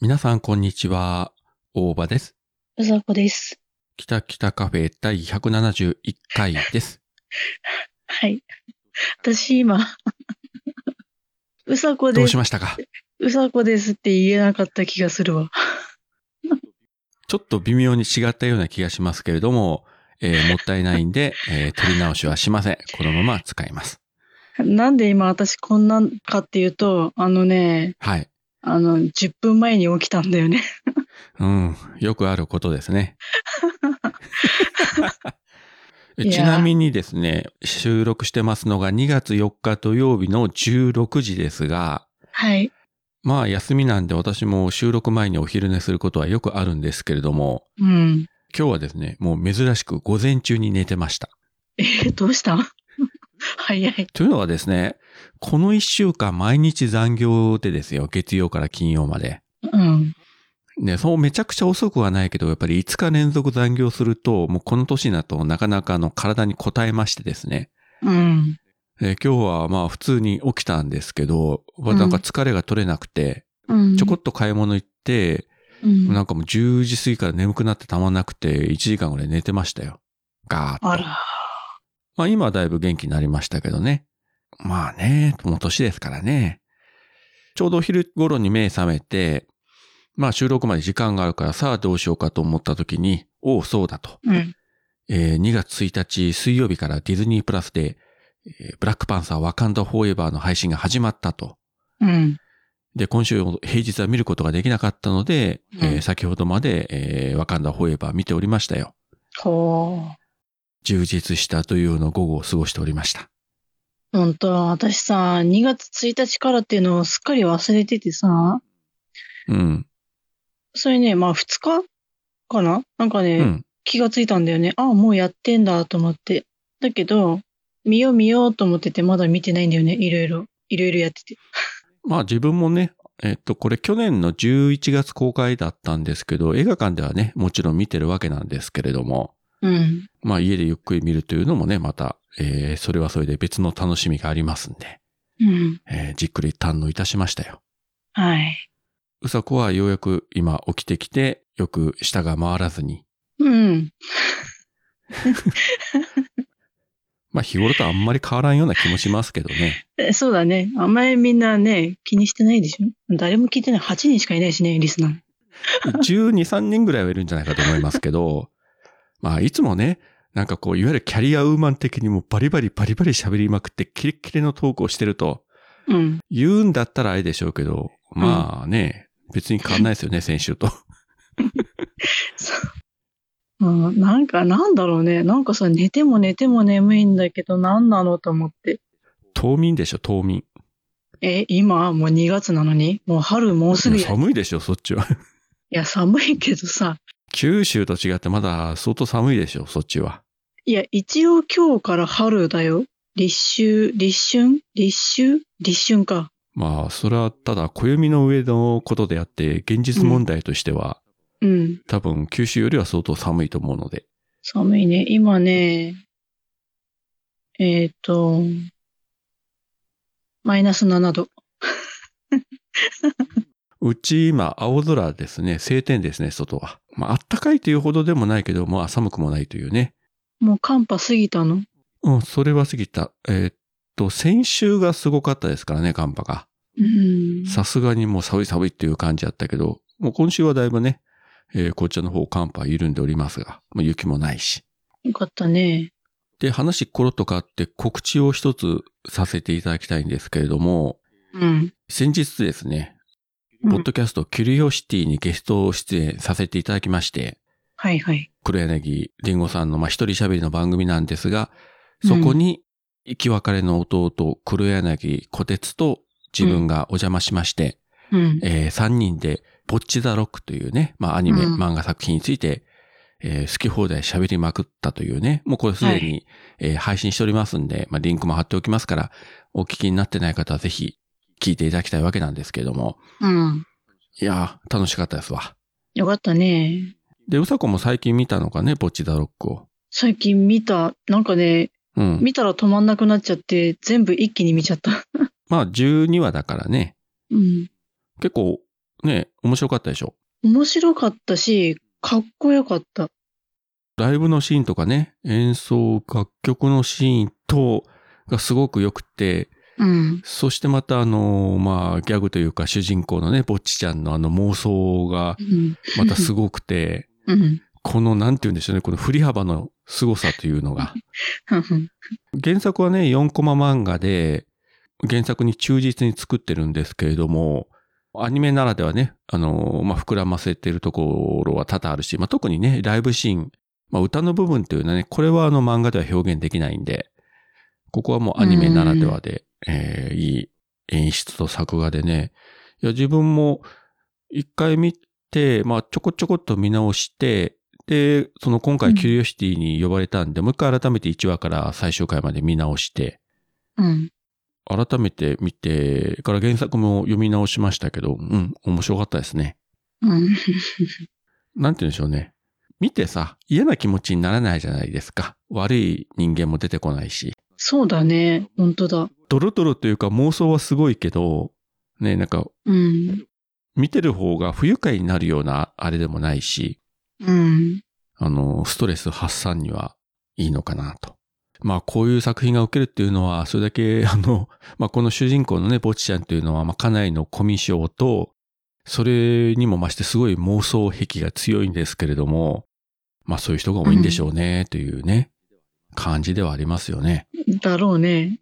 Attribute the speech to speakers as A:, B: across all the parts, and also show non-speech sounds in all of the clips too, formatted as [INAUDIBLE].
A: 皆さん、こんにちは。大場です。
B: うさこです。
A: 北北カフェ第171回です。
B: はい。私今、うさこ
A: ど
B: で
A: うし
B: す。
A: ましたか
B: うさこですって言えなかった気がするわ。
A: ちょっと微妙に違ったような気がしますけれども、えーもったいないんで、えー取り直しはしません。このまま使います。
B: なんで今私こんなんかっていうと、あのね、
A: はい。
B: あの、10分前に起きたんだよね。
A: うん。よくあることですね。
B: いやー
A: ちなみにですね、収録してますのが2月4日土曜日の16時ですが、
B: はい。
A: まあ休みなんで私も収録前にお昼寝することはよくあるんですけれども、
B: うん。
A: 今日はですね、もう珍しく午前中に寝てました。
B: えーどうした早い。
A: というのはですね、この一週間毎日残業でですよ、月曜から金曜まで。
B: うん。
A: ね、そうめちゃくちゃ遅くはないけど、やっぱり5日連続残業すると、もうこの年になるとなかなかあの体に応えましてですね、
B: うん。
A: えー今日はまあ普通に起きたんですけど、まあなんか疲れが取れなくて、
B: うん。
A: ちょこっと買い物行って、
B: うん
A: なんかもう10時過ぎから眠くなってたまんなくて、1時間ぐらい寝てましたよ。ガーッと。
B: あら。
A: まあ今はだいぶ元気になりましたけどね。まあね、もう年ですからね。ちょうどお昼頃に目覚めて、まあ収録まで時間があるからさあどうしようかと思った時に、おおそうだと。
B: うん。
A: えー2月1日水曜日からディズニープラスで、えーブラックパンサーワカンダフォーエバーの配信が始まったと。
B: うん。
A: で、今週平日は見ることができなかったので、
B: うん
A: えー先ほどまで、えー、ワカンダフォーエバー見ておりましたよ。
B: ほう。
A: 充実したというの午後を過ごしておりました。
B: 本当私さ、2月1日からっていうのをすっかり忘れててさ、
A: うん。
B: それね、まあ2日かななんかね、
A: うん。
B: 気がついたんだよね。ああ、もうやってんだと思って。だけど、見よう見ようと思ってて、まだ見てないんだよね。いろいろ。いろいろやってて。
A: まあ自分もね、えっと、これ去年の11月公開だったんですけど、映画館ではね、もちろん見てるわけなんですけれども、
B: うん。
A: まあ家でゆっくり見るというのもね、また、えーそれはそれで別の楽しみがありますんで、
B: うん。
A: えーじっくり堪能いたしましたよ。
B: はい。
A: うさこはようやく今起きてきて、よく舌が回らずに、
B: うん。
A: まあ日頃とあんまり変わらんような気もしますけどね。
B: えそうだね。あんまりみんなね、気にしてないでしょ誰も聞いてない。8人しかいないしね、リスナー。
A: 12、3人ぐらいはいるんじゃないかと思いますけど、 [LAUGHS] まあいつもね、なんかこう、いわゆるキャリアウーマン的にもうバリバリバリバリ喋りまくってキレッキレのトークをしてると、
B: うん。
A: 言うんだったらあれでしょうけど、まあね、別に変わんないですよ
B: [LAUGHS]
A: ね、先週と。
B: そううん、なんか、なんだろうね。なんかさ、寝ても寝ても眠いんだけど、なんなのと思って。
A: 冬眠でしょ、冬眠。
B: え、今、もう2月なのにもう春もうすぐや。い
A: 寒いでしょ、そっちは。
B: や、寒いけどさ。
A: 九州と違ってまだ相当寒いでしょ、そっちは。
B: いや、一応今日から春だよ。立秋、立春立秋立春か。
A: まあ、それはただ暦の上のことであって、現実問題としては、
B: うん。
A: 多分九州よりは相当寒いと思うので。
B: 寒いね。今ね、えっ、と、マイナス7度。
A: うち今青空ですね。晴天ですね、外は。まあ、あったかいというほどでもないけど、まあ寒くもないというね。
B: もう寒波過ぎたの
A: うん、それは過ぎた。えーっと、先週がすごかったですからね、寒波が。
B: うん。
A: さすがにもう寒い寒いっていう感じだったけど、もう今週はだいぶね、えーこちらの方寒波緩んでおりますが、まあ、雪もないし。
B: よかったね。
A: で、話コロッと変わって告知を一つさせていただきたいんですけれども、
B: うん。
A: 先日ですね、
B: うん
A: ポッドキャストキュリオシティにゲスト出演させていただきまして、
B: はいはい。
A: 黒柳りんごさんの、まあ、一人喋りの番組なんですが、そこに、生き別れの弟、黒柳小鉄と自分がお邪魔しまして、
B: うん。
A: え3人で、ぼっちザロックというね、まあ、アニメ、
B: うん
A: 漫画作品について、えー好き放題喋りまくったというね、もうこれすでに、えー配信しておりますんで、まあ、リンクも貼っておきますから、お聞きになってない方はぜひ聞いていただきたいわけなんですけれども、
B: うん。
A: いやー、楽しかったですわ。
B: よかったね。
A: で、うさこも最近見たのかね、ぼっちザロックを。
B: 最近見た、なんかね、
A: うん。
B: 見たら止まんなくなっちゃって、全部一気に見ちゃった。
A: まあ12話だからね、
B: うん。
A: 結構ね、面白かったでしょ。
B: 面白かったし、かっこよかった。
A: ライブのシーンとかね、演奏、楽曲のシーンと、がすごく良くて、
B: うん。
A: そしてまたあの、まあ、ギャグというか主人公のね、ぼっちちゃんのあの妄想が
B: うん。
A: またすごくて、
B: うん。
A: このなんて言うんでしょうね、この振り幅の凄さというのが。
B: うん
A: 原作はね、4コマ漫画で、原作に忠実に作ってるんですけれども、アニメならではね、あの、まあ、膨らませてるところは多々あるし、まあ、特にね、ライブシーン、まあ、歌の部分というのはね、これはあの漫画では表現できないんで、ここはもうアニメならではで、えーいい演出と作画でね、いや、自分も一回見て、まあ、ちょこちょこっと見直して、で、その今
B: う
A: 回
B: ん
A: キュリオシティに呼ばれたんで、もう一回改めて1話から最終回まで見直して、
B: うん。
A: 改めて見て、から原作も読み直しましたけど、うん、面白かったですね。
B: う
A: な
B: ん。
A: んて言うんでしょうね。見てさ、嫌な気持ちにならないじゃないですか。悪い人間も出てこないし。
B: そうだね。本当だ。
A: ドロドロというか妄想はすごいけど、ね、なんか
B: うん。
A: 見てる方が不愉快になるようなあれでもないし、
B: うん。
A: あの、ストレス発散にはいいのかなと。まあ、こういう作品が受けるっていうのは、それだけ、 [LAUGHS] あの、まあ、この主人公のね、ぼっちちゃんっていうのは、まあ、家内のコミュ障と、それにも増してすごい妄想癖が強いんですけれども、まあ、そういう人が多いんでしょうね、というね、感じではありますよね。
B: だろうね。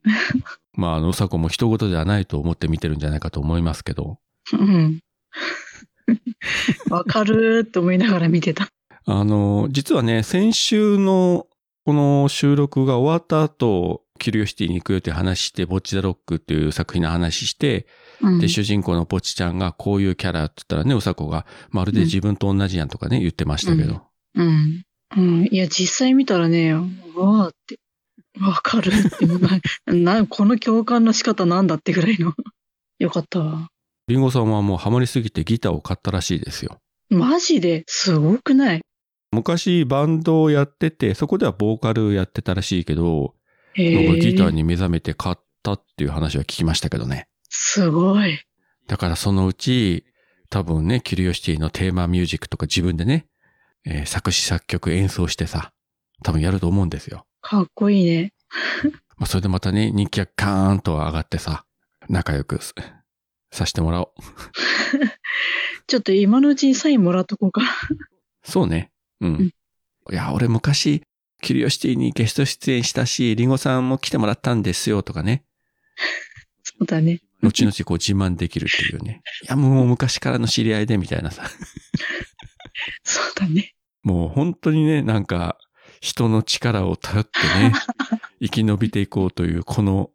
A: まあ、あの、うさこも人事ではないと思って見てるんじゃないかと思いますけど、
B: うん。わかるーって思いながら見てた。
A: あの、実はね、先週のこの収録が終わった後、キュリオシティに行くよって話して、ボッチ・ザ・ロックっていう作品の話して、
B: うん
A: で、主人公のボッチちゃんがこういうキャラって言ったらね、うさこが、まるで自分と同じやんとかね、言ってましたけど。
B: うん。うん。いや、実際見たらね、うわーって、わかるって、な、な、この共感の仕方なんだってぐらいの。よかったわ。
A: リンゴさんはもうハマりすぎてギターを買ったらしいですよ。
B: マジですごくない
A: 昔バンドをやってて、そこではボーカルやってたらしいけど、
B: へ
A: なんかギター
B: ー
A: に目覚めて買ったっていう話は聞きましたけどね。
B: すごい。
A: だからそのうち、多分ね、キュリオシティのテーマミュージックとか自分でね、えー作詞作曲演奏してさ、多分やると思うんですよ。
B: かっこいいね。
A: まあ、それでまたね、人気がカーンと上がってさ、仲良くすさしてもらおう。
B: ちょっと今のうちにサインもらっとこうか。 [LAUGHS]
A: そうね。うん。
B: ん
A: いや、俺昔、キュリオシティにゲスト出演したし、リンゴさんも来てもらったんですよとかね。
B: そうだね。
A: 後々こう自慢できるっていうね。いや、もう昔からの知り合いでみたいなさ。
B: そうだね。
A: もう本当にね、なんか、人の力を頼って
B: [LAUGHS]
A: ね、生き延びていこうという、この、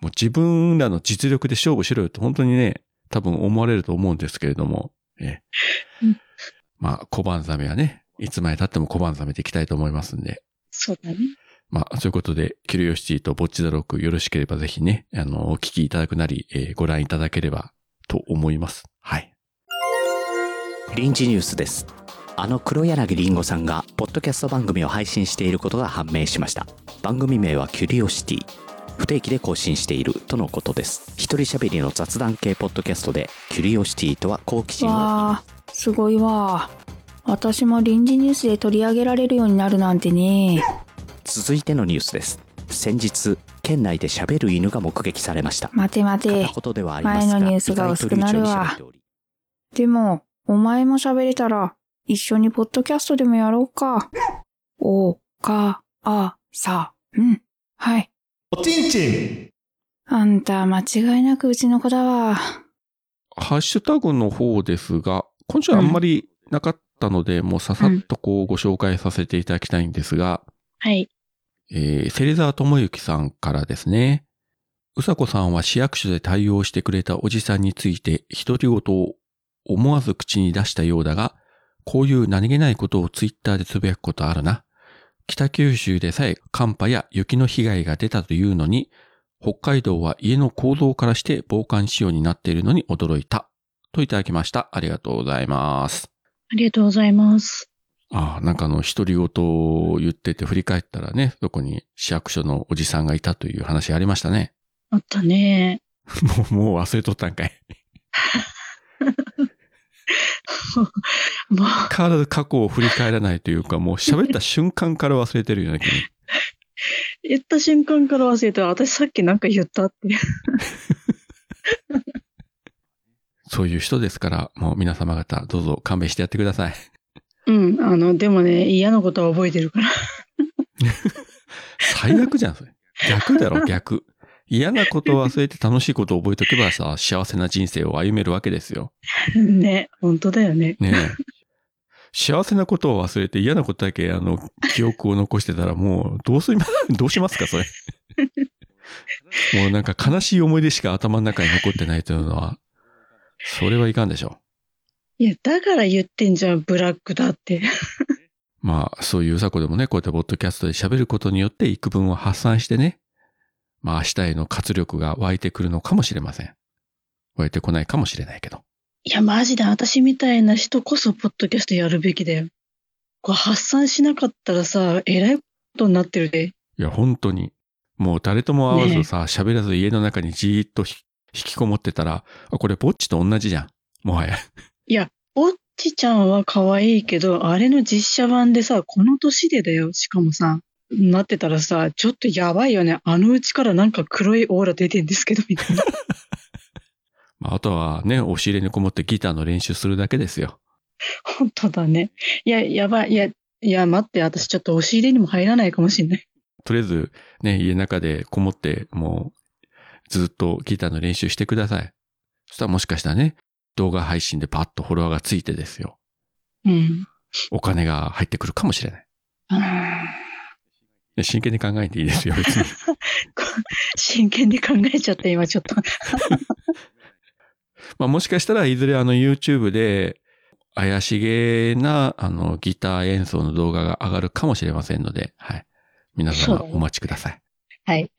A: もう自分らの実力で勝負しろよと本当にね、多分思われると思うんですけれども、ええ
B: うん
A: まあ、小判ザメはね、いつまで経っても小判ザメでいきたいと思いますんで、
B: そうだね。
A: まあ、そういうことで、キュリオシティとボッチザロックよろしければぜひね、あの、お聞きいただくなり、えーご覧いただければと思います。はい。
C: 臨時ニュースですあの黒柳りんごさんがポッドキャスト番組を配信していることが判明しました番組名はキュリオシティ不定期で更新しているとのことです一人喋りの雑談系ポッドキャストでキュリオシティとは好奇心を
D: わあすごいわ私も臨時ニュースで取り上げられるようになるなんてね
C: 続いてのニュースです先日県内で喋る犬が目撃されました
D: 待て待て
C: 片言ではありますが
D: 前のニュースが薄くなるわ
C: 意外と流暢に喋っており
D: でもお前も喋れたら一緒にポッドキャストでもやろうかおかあさうんはい
E: おちんちん
D: あんた間違いなくうちの子だわ
A: ハッシュタグの方ですが、今週はあんまりなかったので、もうささっとこうご紹介させていただきたいんですが、
B: はい。
A: えー、芹沢智之さんからですね。うさこさんは市役所で対応してくれたおじさんについて独り言を思わず口に出したようだが、こういう何気ないことをツイッターでつぶやくことあるな。北九州でさえ寒波や雪の被害が出たというのに、北海道は家の構造からして防寒仕様になっているのに驚いた。といただきました。ありがとうございます。
B: ありがとうございます。
A: ああ、なんかあの、独り言を言ってて振り返ったらね、そこに市役所のおじさんがいたという話ありましたね。
B: あったね。
A: もう、もう忘れとったんかい。
B: まあ、
A: 変わらず過去を振り返らないというか、もう喋った瞬間から忘れてるよね、君。
B: 言った瞬間から忘れた。私さっきなんか言ったって。 [LAUGHS]
A: そういう人ですから、もう皆様方、どうぞ勘弁してやってください。
B: うん、あの、でもね、嫌なことは覚えてるから。
A: 最悪じゃん、それ。逆だろ、逆。嫌なことを忘れて楽しいことを覚えとけばさ、幸せな人生を歩めるわけですよ。
B: [LAUGHS] ね、本当だよね。
A: ねえ。幸せなことを忘れて嫌なことだけ、あの、記憶を残してたらもう、どうすいま、 [LAUGHS] どうしますか、それ。もうなんか悲しい思い出しか頭の中に残ってないというのは、それはいかんでしょ
B: いや、だから言ってんじゃん、ブラックだって。 [LAUGHS]
A: う。まあ、そういううさこでもね、こうやってポッドキャストで喋ることによって幾分を発散してね、まあ明日への活力が湧いてくるのかもしれません。湧いてこないかもしれないけど。
B: いや、マジで私みたいな人こそ、ポッドキャストやるべきだよ。こう、発散しなかったらさ、えらいことになってるで。
A: いや、本当に。もう誰とも会わずさ、喋、らず家の中にじーっとひ引きこもってたら、あこれぼっちと同じじゃん。もはや。
B: ぼっちちゃんは可愛いけど、あれの実写版でさ、この年でだよ、しかもさ、なってたらさ、ちょっとやばいよね。あのうちからなんか黒いオーラ出てんですけど、みたいな。 [LAUGHS]
A: まあ、あとはね、押し入れにこもってギターの練習するだけですよ。
B: 本当だね。いや、やばい。いや、いや、待って、私ちょっと押し入れにも入らないかもしんない。
A: とりあえず、ね、家の中でこもって、もう、ずっとギターの練習してください。そしたらもしかしたらね、動画配信でパッとフォロワーがついてですよ。
B: うん。
A: お金が入ってくるかもしれない。
B: あ
A: いや真剣に考えていいですよ、別に。
B: ーこ [LAUGHS] 真剣に考えちゃった、今ちょっと。
A: まあもしかしたらいずれあの YouTube で怪しげなあのギター演奏の動画が上がるかもしれませんので、はい。皆様
B: そうだね
A: お待ちください。
B: はい。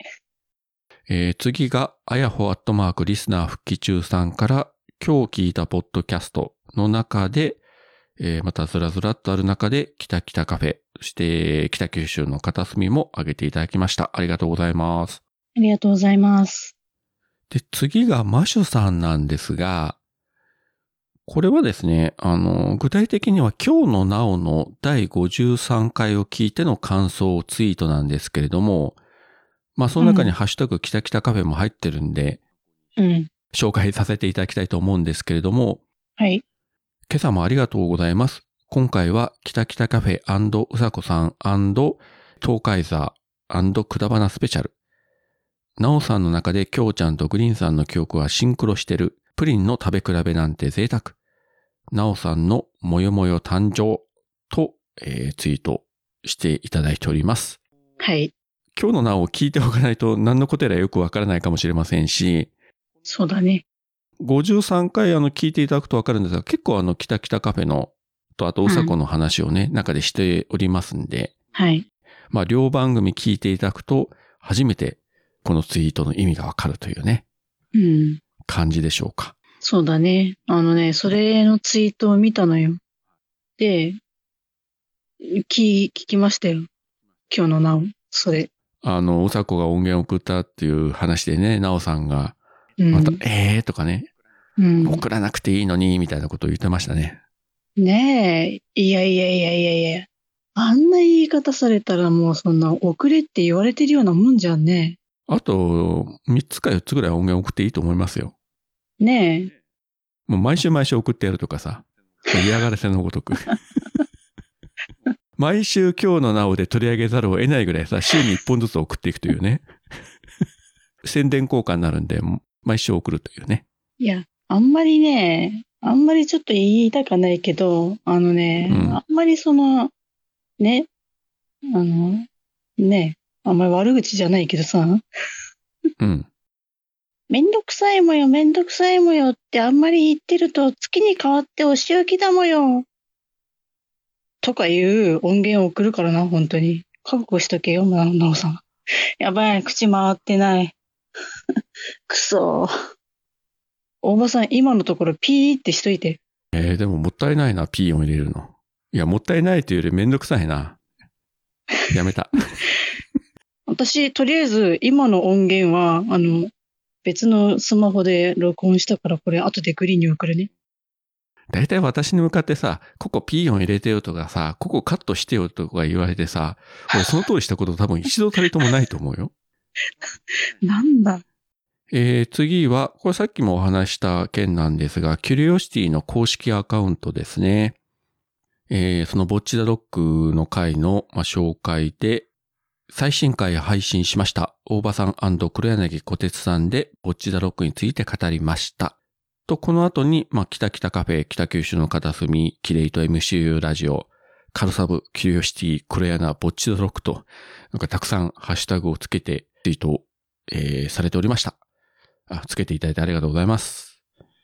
A: えー次が、あやほアットマークリスナー復帰中さんから、今日聞いたポッドキャストの中で、えーまたずらずらっとある中で、北北カフェ、そして北九州の片隅も挙げていただきました。ありがとうございます。
B: ありがとうございます。
A: で、次がマシュさんなんですが、これはですね、あの、具体的には今日のなおの第53回を聞いての感想をツイートなんですけれども、まあ、その中にハッシュタグキタキタカフェも入ってるんで、
B: うん。
A: 紹介させていただきたいと思うんですけれども、
B: はい。
A: 今朝もありがとうございます。今回は、キタキタカフェうさこさん東海座くだばなスペシャル。なおさんの中で、きょうちゃんとグリーンさんの記憶はシンクロしてる。プリンの食べ比べなんて贅沢。なおさんのもよもよ誕生と、えーツイートしていただいております。
B: はい。
A: 今日のなおを聞いておかないと何のことやらよくわからないかもしれませんし、
B: そうだね。
A: 53回あの聞いていただくとわかるんですが、結構あの、キタキタカフェの、とあと、うさこの話をね、中でしておりますんで、
B: はい。
A: まあ、両番組聞いていただくと、初めてこのツイートの意味がわかるというね、
B: うん。
A: 感じでしょうか。
B: そうだね。あのね、それのツイートを見たのよ。で、聞、聞きましたよ。今日のなお、それ。
A: あの、うさこが音源を送ったっていう話でね、なおさんが、
B: うん。
A: また、えーとかね、
B: うん、
A: 送らなくていいのに、みたいなことを言ってましたね。
B: ねえ、いやいやいやいやいや。あんな言い方されたらもうそんな遅れって言われてるようなもんじゃんね。
A: あと、3つか4つぐらい音源送っていいと思いますよ。
B: ねえ。
A: もう毎週毎週送ってやるとかさ、嫌がらせのごとく。毎週今日のなおで取り上げざるを得ないぐらいさ、週に1本ずつ送っていくというね。宣伝効果になるんで、毎週送るというね。
B: いや、あんまりね、あんまりちょっと言いたくないけど、あのね、
A: うん
B: あんまりその、ね、あの、ね、あんまり悪口じゃないけどさ、
A: うん。
B: めんどくさいもよ、めんどくさいもよってあんまり言ってると月に変わってお仕置きだもよ。とかいう音源を送るからな、本当に。覚悟しとけよ、ななおさん。やばい、口回ってない。 [LAUGHS] くそー。大場さん、今のところピーってしといて。
A: えーでももったいないな、ピーを入れるの。いや、もったいないというよりめんどくさいな。やめた。
B: 私、とりあえず今の音源は、あの、別のスマホで録音したから、これ後でグリーンに送るね。
A: だいたい私に向かってさ、ここピーヨン入れてよとかさ、ここカットしてよとか言われてさ、俺その通りしたこと多分一度たりともないと思うよ。
B: なんだ。
A: えー、次は、これさっきもお話しした件なんですが、キュリオシティの公式アカウントですね。えー、そのぼっちだドックの回の、まあ、紹介で、最新回配信しました。大場さん黒柳小鉄さんで、ぼっちだドックについて語りました。と、この後に、まあ、北北カフェ、北九州の片隅、キレイと MCU ラジオ、カルサブ、キュリオシティ、黒柳、ぼっちだドックと、なんかたくさんハッシュタグをつけて、ツイートを、えー、されておりました。あ、つけていただいてありがとうございます。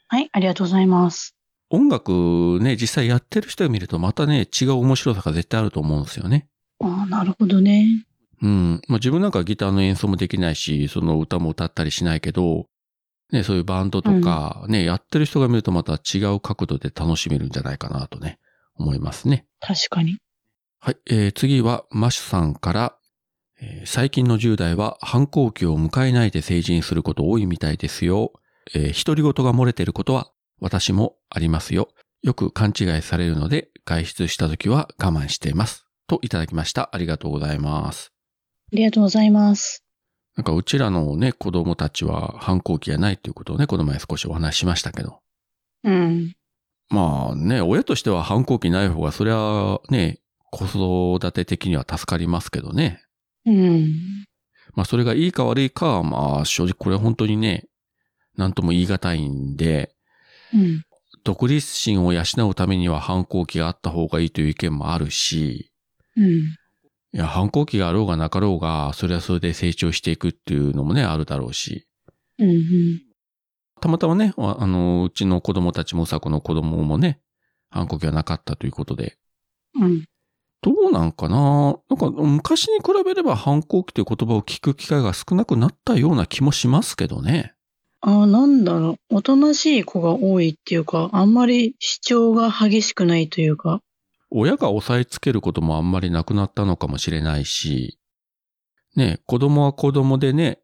B: はい、ありがとうございます。
A: 音楽ね、実際やってる人を見るとまたね、違う面白さが絶対あると思うんですよね。
B: ああ、なるほどね。
A: うん。まあ、自分なんかギターの演奏もできないし、その歌も歌ったりしないけど、ね、そういうバンドとか、ね、やってる人が見るとまた違う角度で楽しめるんじゃないかなとね、思いますね。
B: 確かに。
A: はい、えー次はマシュさんから、えー最近の10代は反抗期を迎えないで成人すること多いみたいですよ。えー独り言が漏れてることは私もありますよ。よく勘違いされるので、外出した時は我慢しています。といただきました。ありがとうございます。
B: ありがとうございます。
A: なんかうちらのね、子供たちは反抗期がないということをね、この前少しお話ししましたけど。
B: うん。
A: まあね、親としては反抗期ない方が、そりゃね、子育て的には助かりますけどね。
B: うん。
A: まあそれがいいか悪いかは、まあ正直これは本当にね、なんとも言い難いんで、
B: うん。
A: 独立心を養うためには反抗期があった方がいいという意見もあるし、
B: うん。
A: いや、反抗期があろうがなかろうが、それはそれで成長していくっていうのもね、あるだろうし。
B: うん。うん。
A: たまたまね、ああの、うちの子供たちもうさこの子供もね、反抗期はなかったということで。
B: うん。
A: どうなんかななんか昔に比べれば反抗期という言葉を聞く機会が少なくなったような気もしますけどね。
B: ああ、なんだろう。おとなしい子が多いっていうか、あんまり主張が激しくないというか。
A: 親が押さえつけることもあんまりなくなったのかもしれないし、ねえ、子供は子供でね、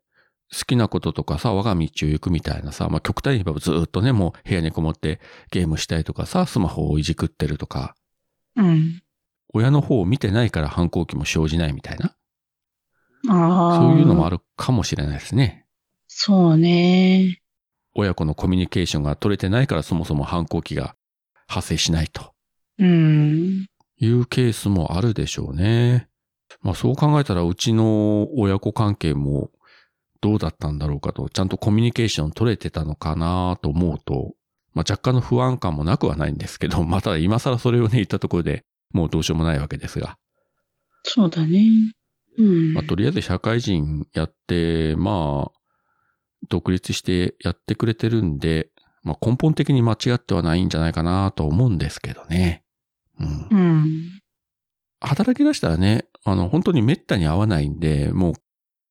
A: 好きなこととかさ、我が道を行くみたいなさ、まあ極端に言えばずっとね、もう部屋にこもってゲームしたいとかさ、スマホをいじくってるとか、
B: うん。
A: 親の方を見てないから反抗期も生じないみたいな、
B: ああ。
A: そういうのもあ
B: る。
A: るかもしれないですね。
B: そうね。
A: 親子のコミュニケーションが取れてないからそもそも反抗期が発生しないと。
B: うん。
A: いうケースもあるでしょうね。まあそう考えたらうちの親子関係もどうだったんだろうかと、ちゃんとコミュニケーション取れてたのかなと思うと、まあ若干の不安感もなくはないんですけど、 [LAUGHS] まあただ今更それをね言ったところでもうどうしようもないわけですが、
B: そうだね。うん。
A: まあとりあえず社会人やって、まあ独立してやってくれてるんで、まあ根本的に間違ってはないんじゃないかなと思うんですけどね。うん。
B: うん。
A: 働き出したらね、あの、本当に滅多に会わないんで、もう、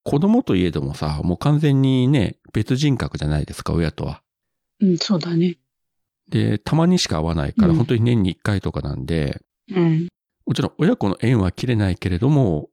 A: 子供といえどもさ、もう完全にね、別人格じゃないですか、親とは。
B: うん、そうだね。
A: で、たまにしか会わないから、
B: うん
A: 本当に年に1回とかなんで、
B: うん。
A: もちろん親子の縁は切れないけれども、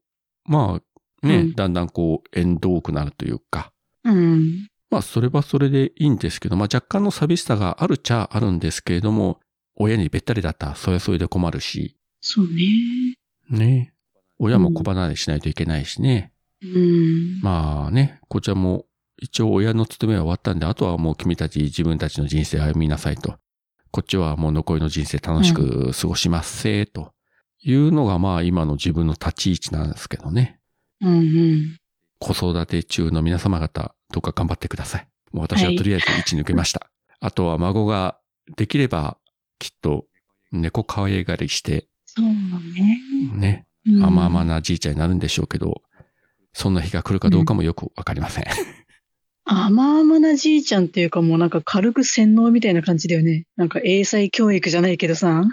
A: まあ、ね、
B: うん
A: だんだんこう、縁遠くなるというか、
B: うん。
A: まあ、それはそれでいいんですけど、まあ、若干の寂しさがあるっちゃあるんですけれども、親にべったりだったら、それはそれで困るし、
B: そうね。
A: ね、親も子離れしないといけないしね。
B: うん。
A: まあね、こちらも一応親の務めは終わったんで、あとはもう君たち自分たちの人生歩みなさいと。こっちはもう残りの人生楽しく過ごしますせーというのがまあ今の自分の立ち位置なんですけどね。
B: うんうん。
A: 子育て中の皆様方、どうか頑張ってください。もう私は
B: はい
A: とりあえず位置抜けました。あとは孫ができればきっと猫可愛がりして
B: そうね。
A: ね、
B: うん
A: 甘々なじいちゃんになるんでしょうけど、そんな日が来るかどうかもよくわかりません。
B: 甘々なじいちゃんっていうかもうなんか軽く洗脳みたいな感じだよね。なんか英才教育じゃないけどさ。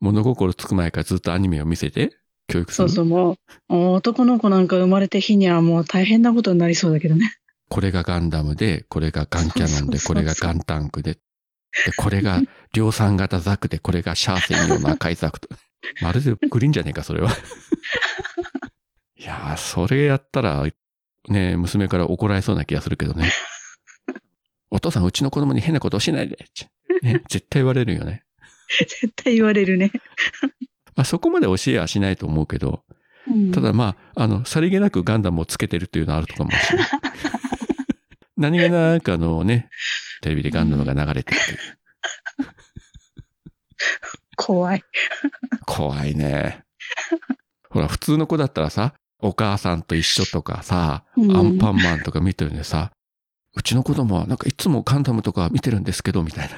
A: 物心つく前からずっとアニメを見せて、教育す
B: そ
A: る。
B: うそうもう、男の子なんか生まれた日にはもう大変なことになりそうだけどね。 [LAUGHS]
A: これがガンダムで、これがガンキャノンで、
B: そ
A: こ
B: うそうそうそう
A: れがガンタンクで、で、これが量産型ザクで、これがシャーセン用の赤いザクと。 [LAUGHS] まるでグリーンじゃねえか、それは。 [LAUGHS] いやー、それやったら、ね、娘から怒られそうな気がするけどね。
B: [LAUGHS]
A: お父さん、うちの子供に変なことをしないで。ね、絶対言われるよね。
B: 絶対言われるね。
A: まあ、そこまで教えはしないと思うけど、
B: うん
A: ただまあ、あの、さりげなくガンダムをつけてるっていうのはあるとかもしれ
B: [LAUGHS]
A: ない。何気なくあのね、テレビでガンダムが流れてるっていう
B: 怖い。
A: 怖いね。ほら、普通の子だったらさ、お母さんと一緒とかさ、
B: うん
A: アンパンマンとか見てるんでさ、うちの子供はなんかいつもガンダムとか見てるんですけど、みたいな。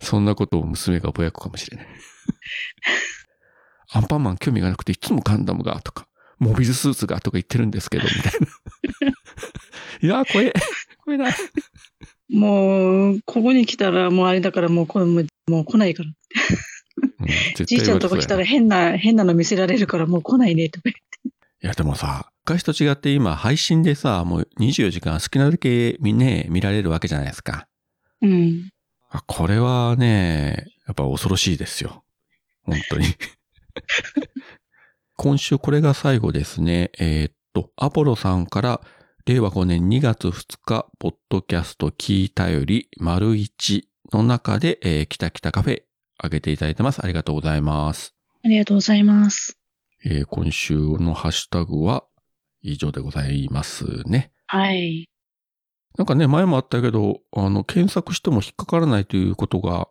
A: そんなことを娘がぼやくかもしれない。アンパンマン興味がなくていつもガンダムが、とか、モビルスーツが、とか言ってるんですけど、みたい
B: [LAUGHS]
A: な。いやー、怖え。怖えな。
B: もう、ここに来たら、もうあれだから、もうこれ、もうもう来ないから。
A: うん絶対
B: じいちゃんとか来たら変な、変なの見せられるから、もう来ないね、とか。
A: いや、でもさ、昔と違って今、配信でさ、もう24時間好きなだけ見ね、見られるわけじゃないですか。
B: うん。
A: あこれはね、やっぱ恐ろしいですよ。本当に。 [LAUGHS] 今週これが最後ですね。えーっと、アポロさんから、令和5年2月2日、ポッドキャスト聞いたより、丸一の中で、えー、きたきたカフェ、あげていただいてます。ありがとうございます。
B: ありがとうございます。
A: えー今週のハッシュタグは以上でございますね。
B: はい。
A: なんかね、前もあったけど、あの、検索しても引っかからないということが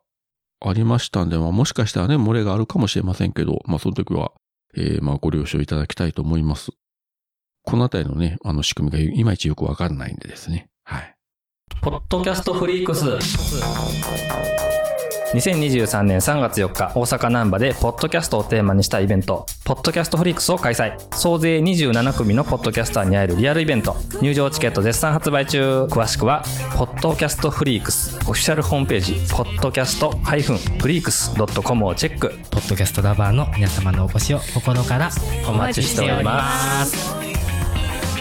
A: ありましたんで、まあ、もしかしたらね、漏れがあるかもしれませんけど、まあ、その時は、えーまあ、ご了承いただきたいと思います。このあたりのね、あの、仕組みがいまいちよくわかんないんでですね。はい。
E: ポッドキャストフリークス2023年3月4日大阪難波でポッドキャストをテーマにしたイベント「ポッドキャストフリークス」を開催総勢27組のポッドキャスターに会えるリアルイベント入場チケット絶賛発売中詳しくは「ポッドキャストフリークス」オフィシャルホームページ「ポッドキャスト -freaks.com」をチェック
F: ポッドキャストラバーの皆様のお越しを心から
E: お待ちしております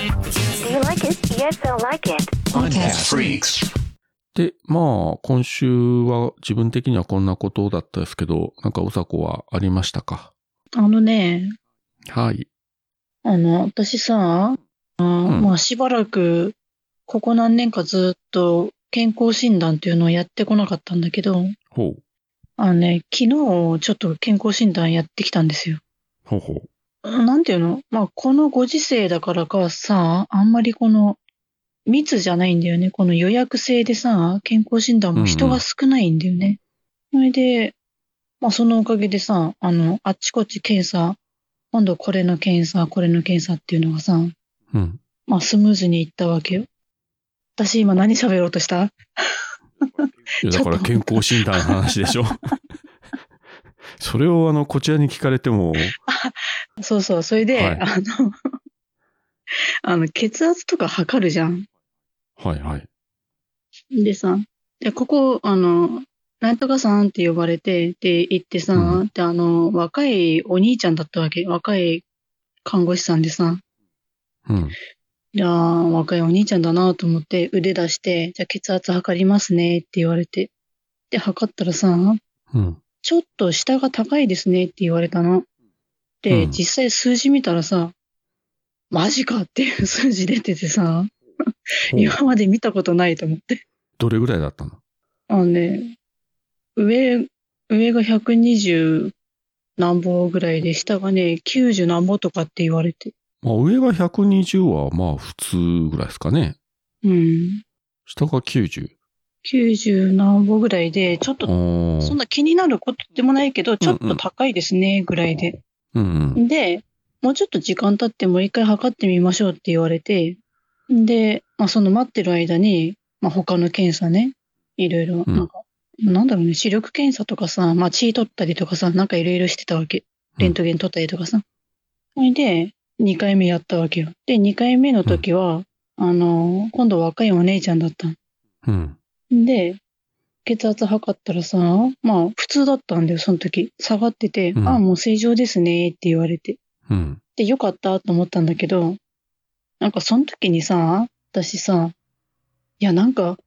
G: Do you like it? Yes, I like it.
A: で、まあ、今週は自分的にはこんなことだったですけど、なんかうさこはありましたか
B: あのね、
A: はい。
B: あの、私さ、あ
A: ん
B: まあしばらく、ここ何年かずっと健康診断っていうのをやってこなかったんだけど、
A: ほう。
B: あのね、昨日ちょっと健康診断やってきたんですよ。
A: ほうほう。
B: なんていうのまあこのご時世だからかさ、あんまりこの密じゃないんだよね。この予約制でさ、健康診断も人が少ないんだよね。それで、まあそのおかげでさ、あの、あっちこっち検査、今度これの検査、これの検査っていうのがさ、
A: うん。
B: まあスムーズにいったわけよ。私今何喋ろうとした
A: いや、だから健康診断の話でしょ。 [LAUGHS] それを、あの、こちらに聞かれても、
B: そうそう、それで、
A: はい
B: あの、 [LAUGHS] あの、血圧とか測るじゃん。
A: はいはい。
B: でさ、で、ここ、あの、なんとかさんって呼ばれて、で、行ってさ、
A: う
B: で、あの、若いお兄ちゃんだったわけ。若い看護師さんでさ、
A: うん。
B: いやー若いお兄ちゃんだなと思って、腕出して、じゃあ血圧測りますねって言われて。で、測ったらさ、
A: うん。
B: ちょっと下が高いですねって言われたの。で、
A: うん
B: 実際数字見たらさ、マジかっていう [LAUGHS] 数字出ててさ、今まで見たことないと思って。
A: どれぐらいだったの
B: あのね、上、上が120何歩ぐらいで、下がね、90何歩とかって言われて。
A: まあ、上が120は、まあ、普通ぐらいですかね。
B: うん。
A: 下が90。
B: 90何歩ぐらいで、ちょっ
A: あ
B: と、
A: ー
B: そんな気になることでもないけど、ちょっと高いですね、ぐらいで。
A: うんうん。
B: で、もうちょっと時間経ってもう一回測ってみましょうって言われて、で、まあ、その待ってる間に、まあ、他の検査ね、いろいろ、
A: うん
B: なんか、なんだろうね、視力検査とかさ、まあ、血取ったりとかさ、なんかいろいろしてたわけ。レントゲン取ったりとかさ。それで、2回目やったわけよ。で、2回目の時は、あの、今度若いお姉ちゃんだったの
A: うん。
B: で、血圧測ったらさ、まあ、普通だったんだよ、その時。下がってて、
A: うん
B: ああ、もう正常ですね、って言われて。
A: うん。
B: で、よかったと思ったんだけど、なんかその時にさ、私さ、いやなんか、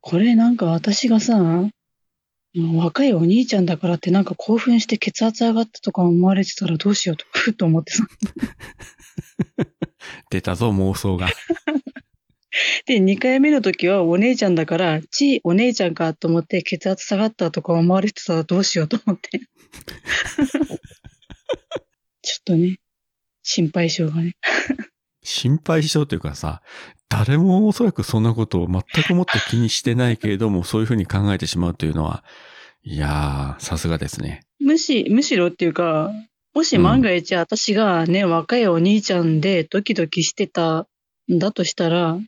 B: これなんか私がさ、若いお兄ちゃんだからってなんか興奮して血圧上がったとか思われてたらどうしようと、ふっと思ってさ。
A: 出たぞ、妄想が。
B: [LAUGHS] で、2回目の時はお姉ちゃんだから、ち、お姉ちゃんかと思って血圧下がったとか思われてたらどうしようと思って。ちょっとね、心配性がね。
A: [LAUGHS] 心配性というかさ、誰もおそらくそんなことを全くもって気にしてないけれども、そういうふうに考えてしまうというのは、いやー、さすがですね。
B: むし、むしろっていうか、もし
A: うん
B: 万が一私がね、若いお兄ちゃんでドキドキしてたんだとしたら、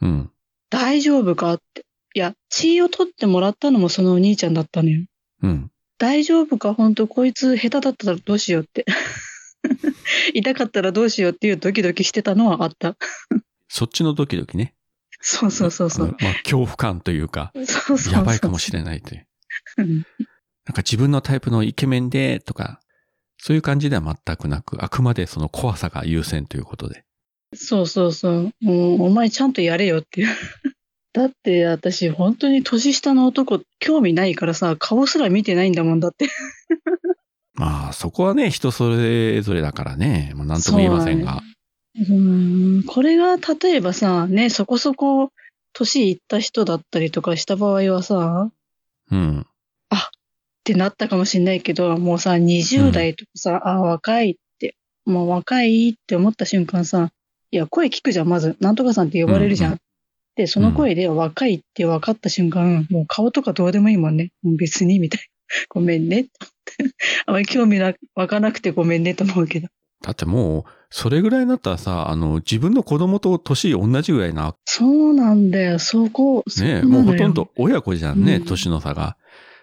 A: うん。
B: 大丈夫かって。いや、血を取ってもらったのもそのお兄ちゃんだったのよ。
A: うん。
B: 大丈夫か本当こいつ下手だったらどうしようって。 [LAUGHS] 痛かったらどうしようっていうドキドキしてたのはあった。
A: そっちのドキドキね。
B: そうそうそうそ
A: あの
B: う。
A: まあ、恐怖感というか、
B: そうそうそう。
A: やばいかもしれないという。
B: れない。
A: なんか自分のタイプのイケメンで、とか、そういう感じでは全くなく、あくまでその怖さが優先ということで。
B: そうそうそう。もうお前ちゃんとやれよっていう。 [LAUGHS] だって私本当に年下の男興味ないからさ、顔すら見てないんだもんだって。
A: まあ、そこはね、人それぞれだからね、まあ、なんとも言えませんが。
B: うーんこれが例えばさ、ね、そこそこ年いった人だったりとかした場合はさ、
A: うん。
B: ってなったかもしれないけど、もうさ、
A: うん
B: 20代とかさ、あ、若いって、もう若いって思った瞬間さ、いや、声聞くじゃん、まず。なんとかさんって呼ばれるじゃん。
A: うん
B: で、その声で若いって分かった瞬間、もう顔とかどうでもいいもんね。もう別に、みたいな。 [LAUGHS] ごめんね。あまり興味な、湧かなくてごめんねと思うけど。
A: だってもう、それぐらいになったらさ、あの、自分の子供と年同じぐらいな、
B: そうなんだよ、そこ。そ
A: ね、
B: なの
A: もうほ
B: よ
A: とん。ど親子じゃんね、
B: うん
A: 年の差が。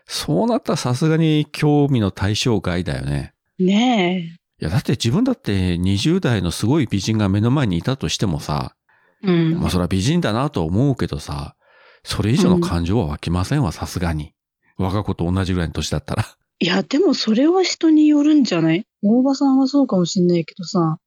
A: そうなったらさすがに興味の対象外だよね。
B: ね
A: いや、だって自分だって20代のすごい美人が目の前にいたとしてもさ、
B: え。うん
A: まあ。それは美人だなと思うけどさ、それ以上の感情は湧きませんわ、さすがに。我が子と同じぐらいの年だったら。 [LAUGHS]
B: いや、でもそれは人によるんじゃない大場さんはそうかもしんないけどさ。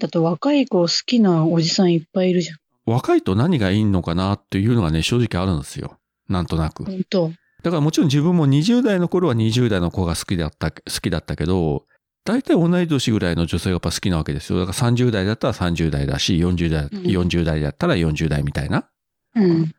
B: だって若い子好きなおじさんいっぱいいるじゃん。
A: 若いと何がいいのかなっていうのがね、正直あるんですよ。なんとなく。
B: 本当
A: だからもちろん自分も20代の頃は20代の子が好きだった、好きだったけど、大体同い年ぐらいの女性がやっぱ好きなわけですよ。だから30代だったら30代だし、40代、
B: うん
A: 40代だったら40代みたいな。
B: うん。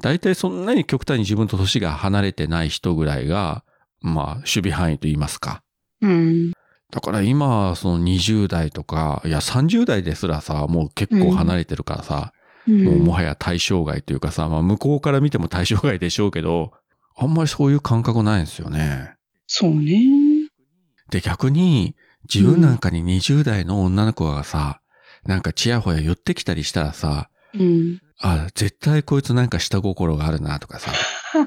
A: 大体そんなに極端に自分と年が離れてない人ぐらいが、まあ、守備範囲と言いますか。
B: うん。
A: だから今、その20代とか、いや30代ですらさ、もう結構離れてるからさ、
B: うん
A: もうもはや対象外というかさ、まあ向こうから見ても対象外でしょうけど、あんまりそういう感覚ないんですよね。
B: そうね。
A: で、逆に、自分なんかに20代の女の子がさ、なんかちやほや寄ってきたりしたらさ、
B: うん。
A: あ、絶対こいつなんか下心があるなと
B: [LAUGHS]
A: かさ、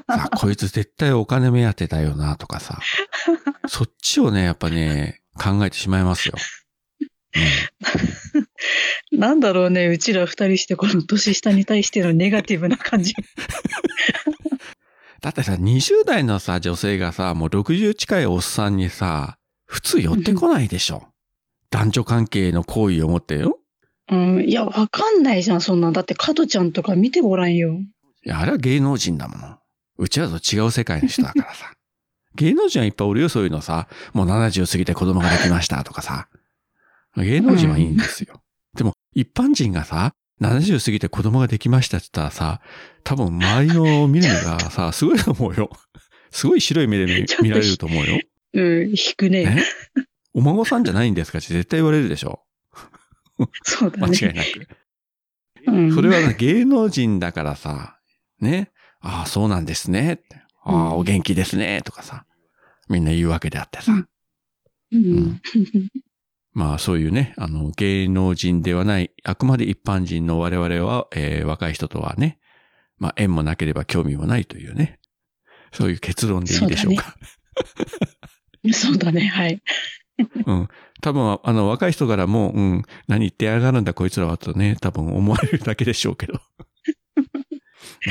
A: さ、こいつ絶対お金目当てだよなとかさ、そっちをね、やっぱね、考えてしまいますよ。
B: なんだろうね、うちら二人してこの年下に対してのネガティブな感じ。
A: だってさ、20代のさ、女性がさ、もう60近いおっさんにさ、普通寄ってこないでしょ。男女関係の行為を持ってよ。
B: [LAUGHS] うん。いや、わかんないじゃん、そんなん。だって、加トちゃんとか見てごらんよ。
A: いや、あれは芸能人だもの。うちらと違う世界の人だからさ。 [LAUGHS] 芸能人はいっぱいおるよ、そういうのさ。もう70過ぎて子供ができましたとかさ。芸能人はいいんですよ。でも、一般人がさ、70過ぎて子供ができましたって言ったらさ、多分周りの見るのがさ、すごいと思うよ。すごい白い目で見見られると思うよ。
B: うん、引くね。
A: えお孫さんじゃないんですかって絶対言われるでしょ。
B: そうだ
A: 間
B: ね。
A: 違いなく。
B: うん
A: それはね芸能人だからさ、ね。ああ、そうなんですねって。ああ、
B: うん
A: お元気ですね。とかさ。みんな言うわけであって
B: う
A: さ
B: ん。うん。
A: まあそういうね、あの、芸能人ではない、あくまで一般人の我々は、えー若い人とはね、まあ縁もなければ興味もないというね。そういう結論でいいでしょうか。
B: そうだね、はい。
A: うん。多分、あの、若い人からも、うん、何言ってやがるんだ、こいつらは、とね、多分思われるだけでしょう
B: [LAUGHS]
A: けど。ま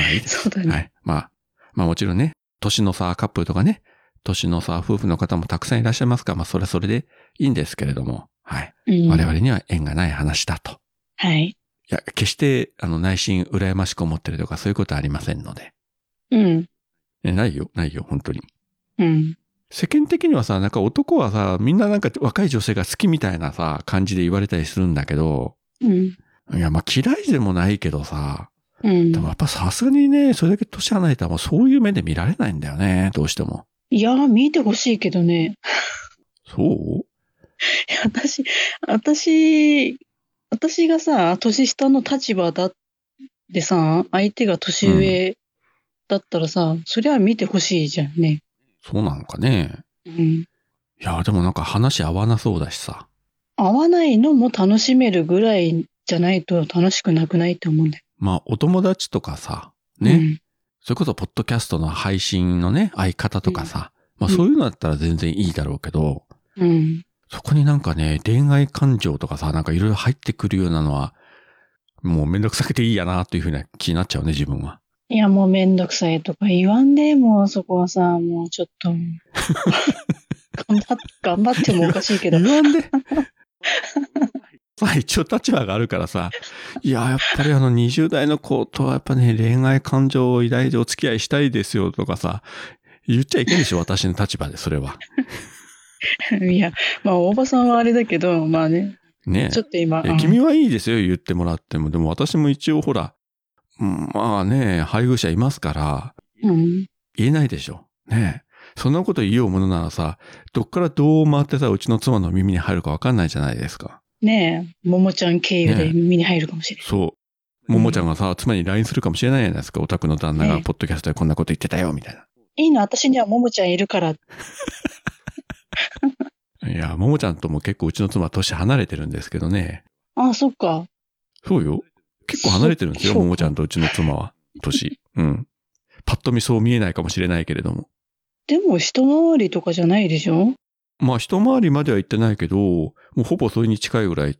A: あいいです。
B: そうだね
A: はい。まあ、まあもちろんね、年の差カップルとかね、年の差夫婦の方もたくさんいらっしゃいますから、まあそれはそれでいいんですけれども、はい。
B: うん
A: 我々には縁がない話だと。
B: はい。
A: いや、決して、あの、内心羨ましく思ってるとか、そういうことはありませんので。
B: うん。
A: ねないよ、ないよ、本当に。
B: うん。
A: 世間的にはさ、なんか男はさ、みんななんか若い女性が好きみたいなさ、感じで言われたりするんだけど、
B: うん。
A: いや、まあ嫌いでもないけどさ、
B: うん
A: で。もやっぱさすがにね、それだけ年離れたらもうそういう目で見られないんだよね、どうしても。
B: いやー、見てほしいけどね。 [LAUGHS]
A: そう
B: 私、私、私がさ、年下の立場だってさ、相手が年上だったらさ、そりゃ見てほしいじゃんね。
A: そうなのかね。
B: うん。
A: いや、でもなんか話合わなそうだしさ。
B: 合わないのも楽しめるぐらいじゃないと楽しくなくないって思うんだよ。
A: まあ、お友達とかさ、ね、それこそポッドキャストの配信のね、相方とかさ、まあ
B: うん
A: そういうのだったら全然いいだろうけど、
B: うん。うん。
A: そこになんかね、恋愛感情とかさ、なんかいろいろ入ってくるようなのは、もうめんどくさくていいやな、というふうな気になっちゃうね、自分は。
B: いや、もうめんどくさいとか言わんで、もうそこはさ、もうちょっと。頑張っ頑張ってもおかしいけど。
A: 言わんで [LAUGHS] まあ一応立場があるからさ、いや、やっぱりあの20代の子とはやっぱね、恋愛感情を抱いてお付き合いしたいですよとかさ、言っちゃいけんでしょ、私の立場で、それは。
B: いや、まあ、大場さんはあれだけど、まあね、
A: ねえ
B: ちょっと今。
A: いや
B: うん
A: 君はいいですよ、言ってもらっても。でも私も一応ほら、うんまあね、配偶者いますから、
B: うん。
A: 言えないでしょ。ねえそんなこと言いようものならさ、どっからどう回ってさ、うちの妻の耳に入るかわかんないじゃないですか。
B: ねえ、ももちゃん経
A: ね
B: 由
A: え
B: で耳に入るかもしれ
A: そう。ももちゃんがさ、妻に LINE するかもしれないじゃないですか。お宅の旦那が
B: ええ
A: ポッドキャストでこんなこと言ってたよ、みたい
B: ない。いいの、私にはももちゃんいるから。
A: な。いや、ももちゃんとも結構うちの妻は年離れてるんですけどね。
B: ああ、そっか。
A: そうよ。結構離れてるんですよ、
B: そう
A: ももちゃんとうちの妻は。年。うん。パッと見そう見えないかもしれないけれども。
B: でも、一回りとかじゃないでしょ
A: まあ、一回りまでは行ってないけど、もうほぼそれに近いぐらい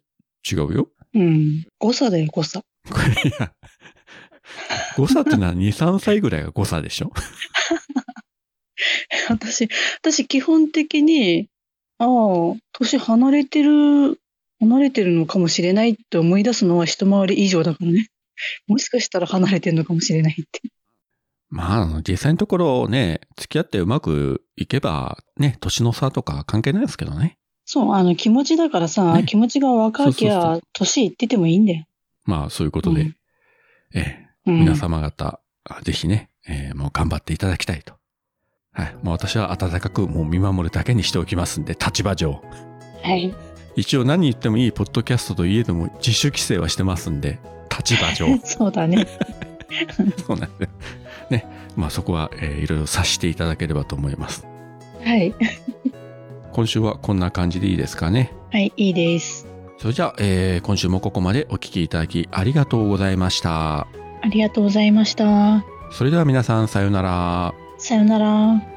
A: 違うよ。 [LAUGHS]
B: うん。誤差だよ、誤差。 [LAUGHS]
A: これいや、誤差ってのは2、3歳ぐらいが誤差でしょ
B: 私、私、基本的に、ああ、年離れてる、離れてるのかもしれないって思い出すのは一回り以上だからね。 [LAUGHS] もしかしたら離れてるのかもしれないって。
A: まああの、実際のところね、付き合ってうまくいけば、ね、年の差とか関係ないですけどね。
B: そう、あの、気持ちだからさ、
A: ね
B: 気持ちが若き
A: そうそう
B: ゃ、年いっててもいいんだよ。
A: まあ、そういうことで、
B: うん
A: ええ、
B: うん、
A: 皆様方、あぜひね、ええもう頑張っていただきたいと。はい。もう私は温かくもう見守るだけにしておきますんで、立場上。
B: はい。
A: 一応何言ってもいいポッドキャストといえども、自主規制はしてますんで、立場
B: [LAUGHS]
A: 上。
B: そうだね。
A: そうなんで。ね。まあそこは、ええいろいろ察していただければと思います。
B: はい。 [LAUGHS]
A: 今週はこんな感じでいいですかね。
B: はい、いいです。
A: それじゃあ、えー今週もここまでお聞きいただきありがとうございました。
B: ありがとうございました。
A: それでは皆さんさようなら。
B: さよなら。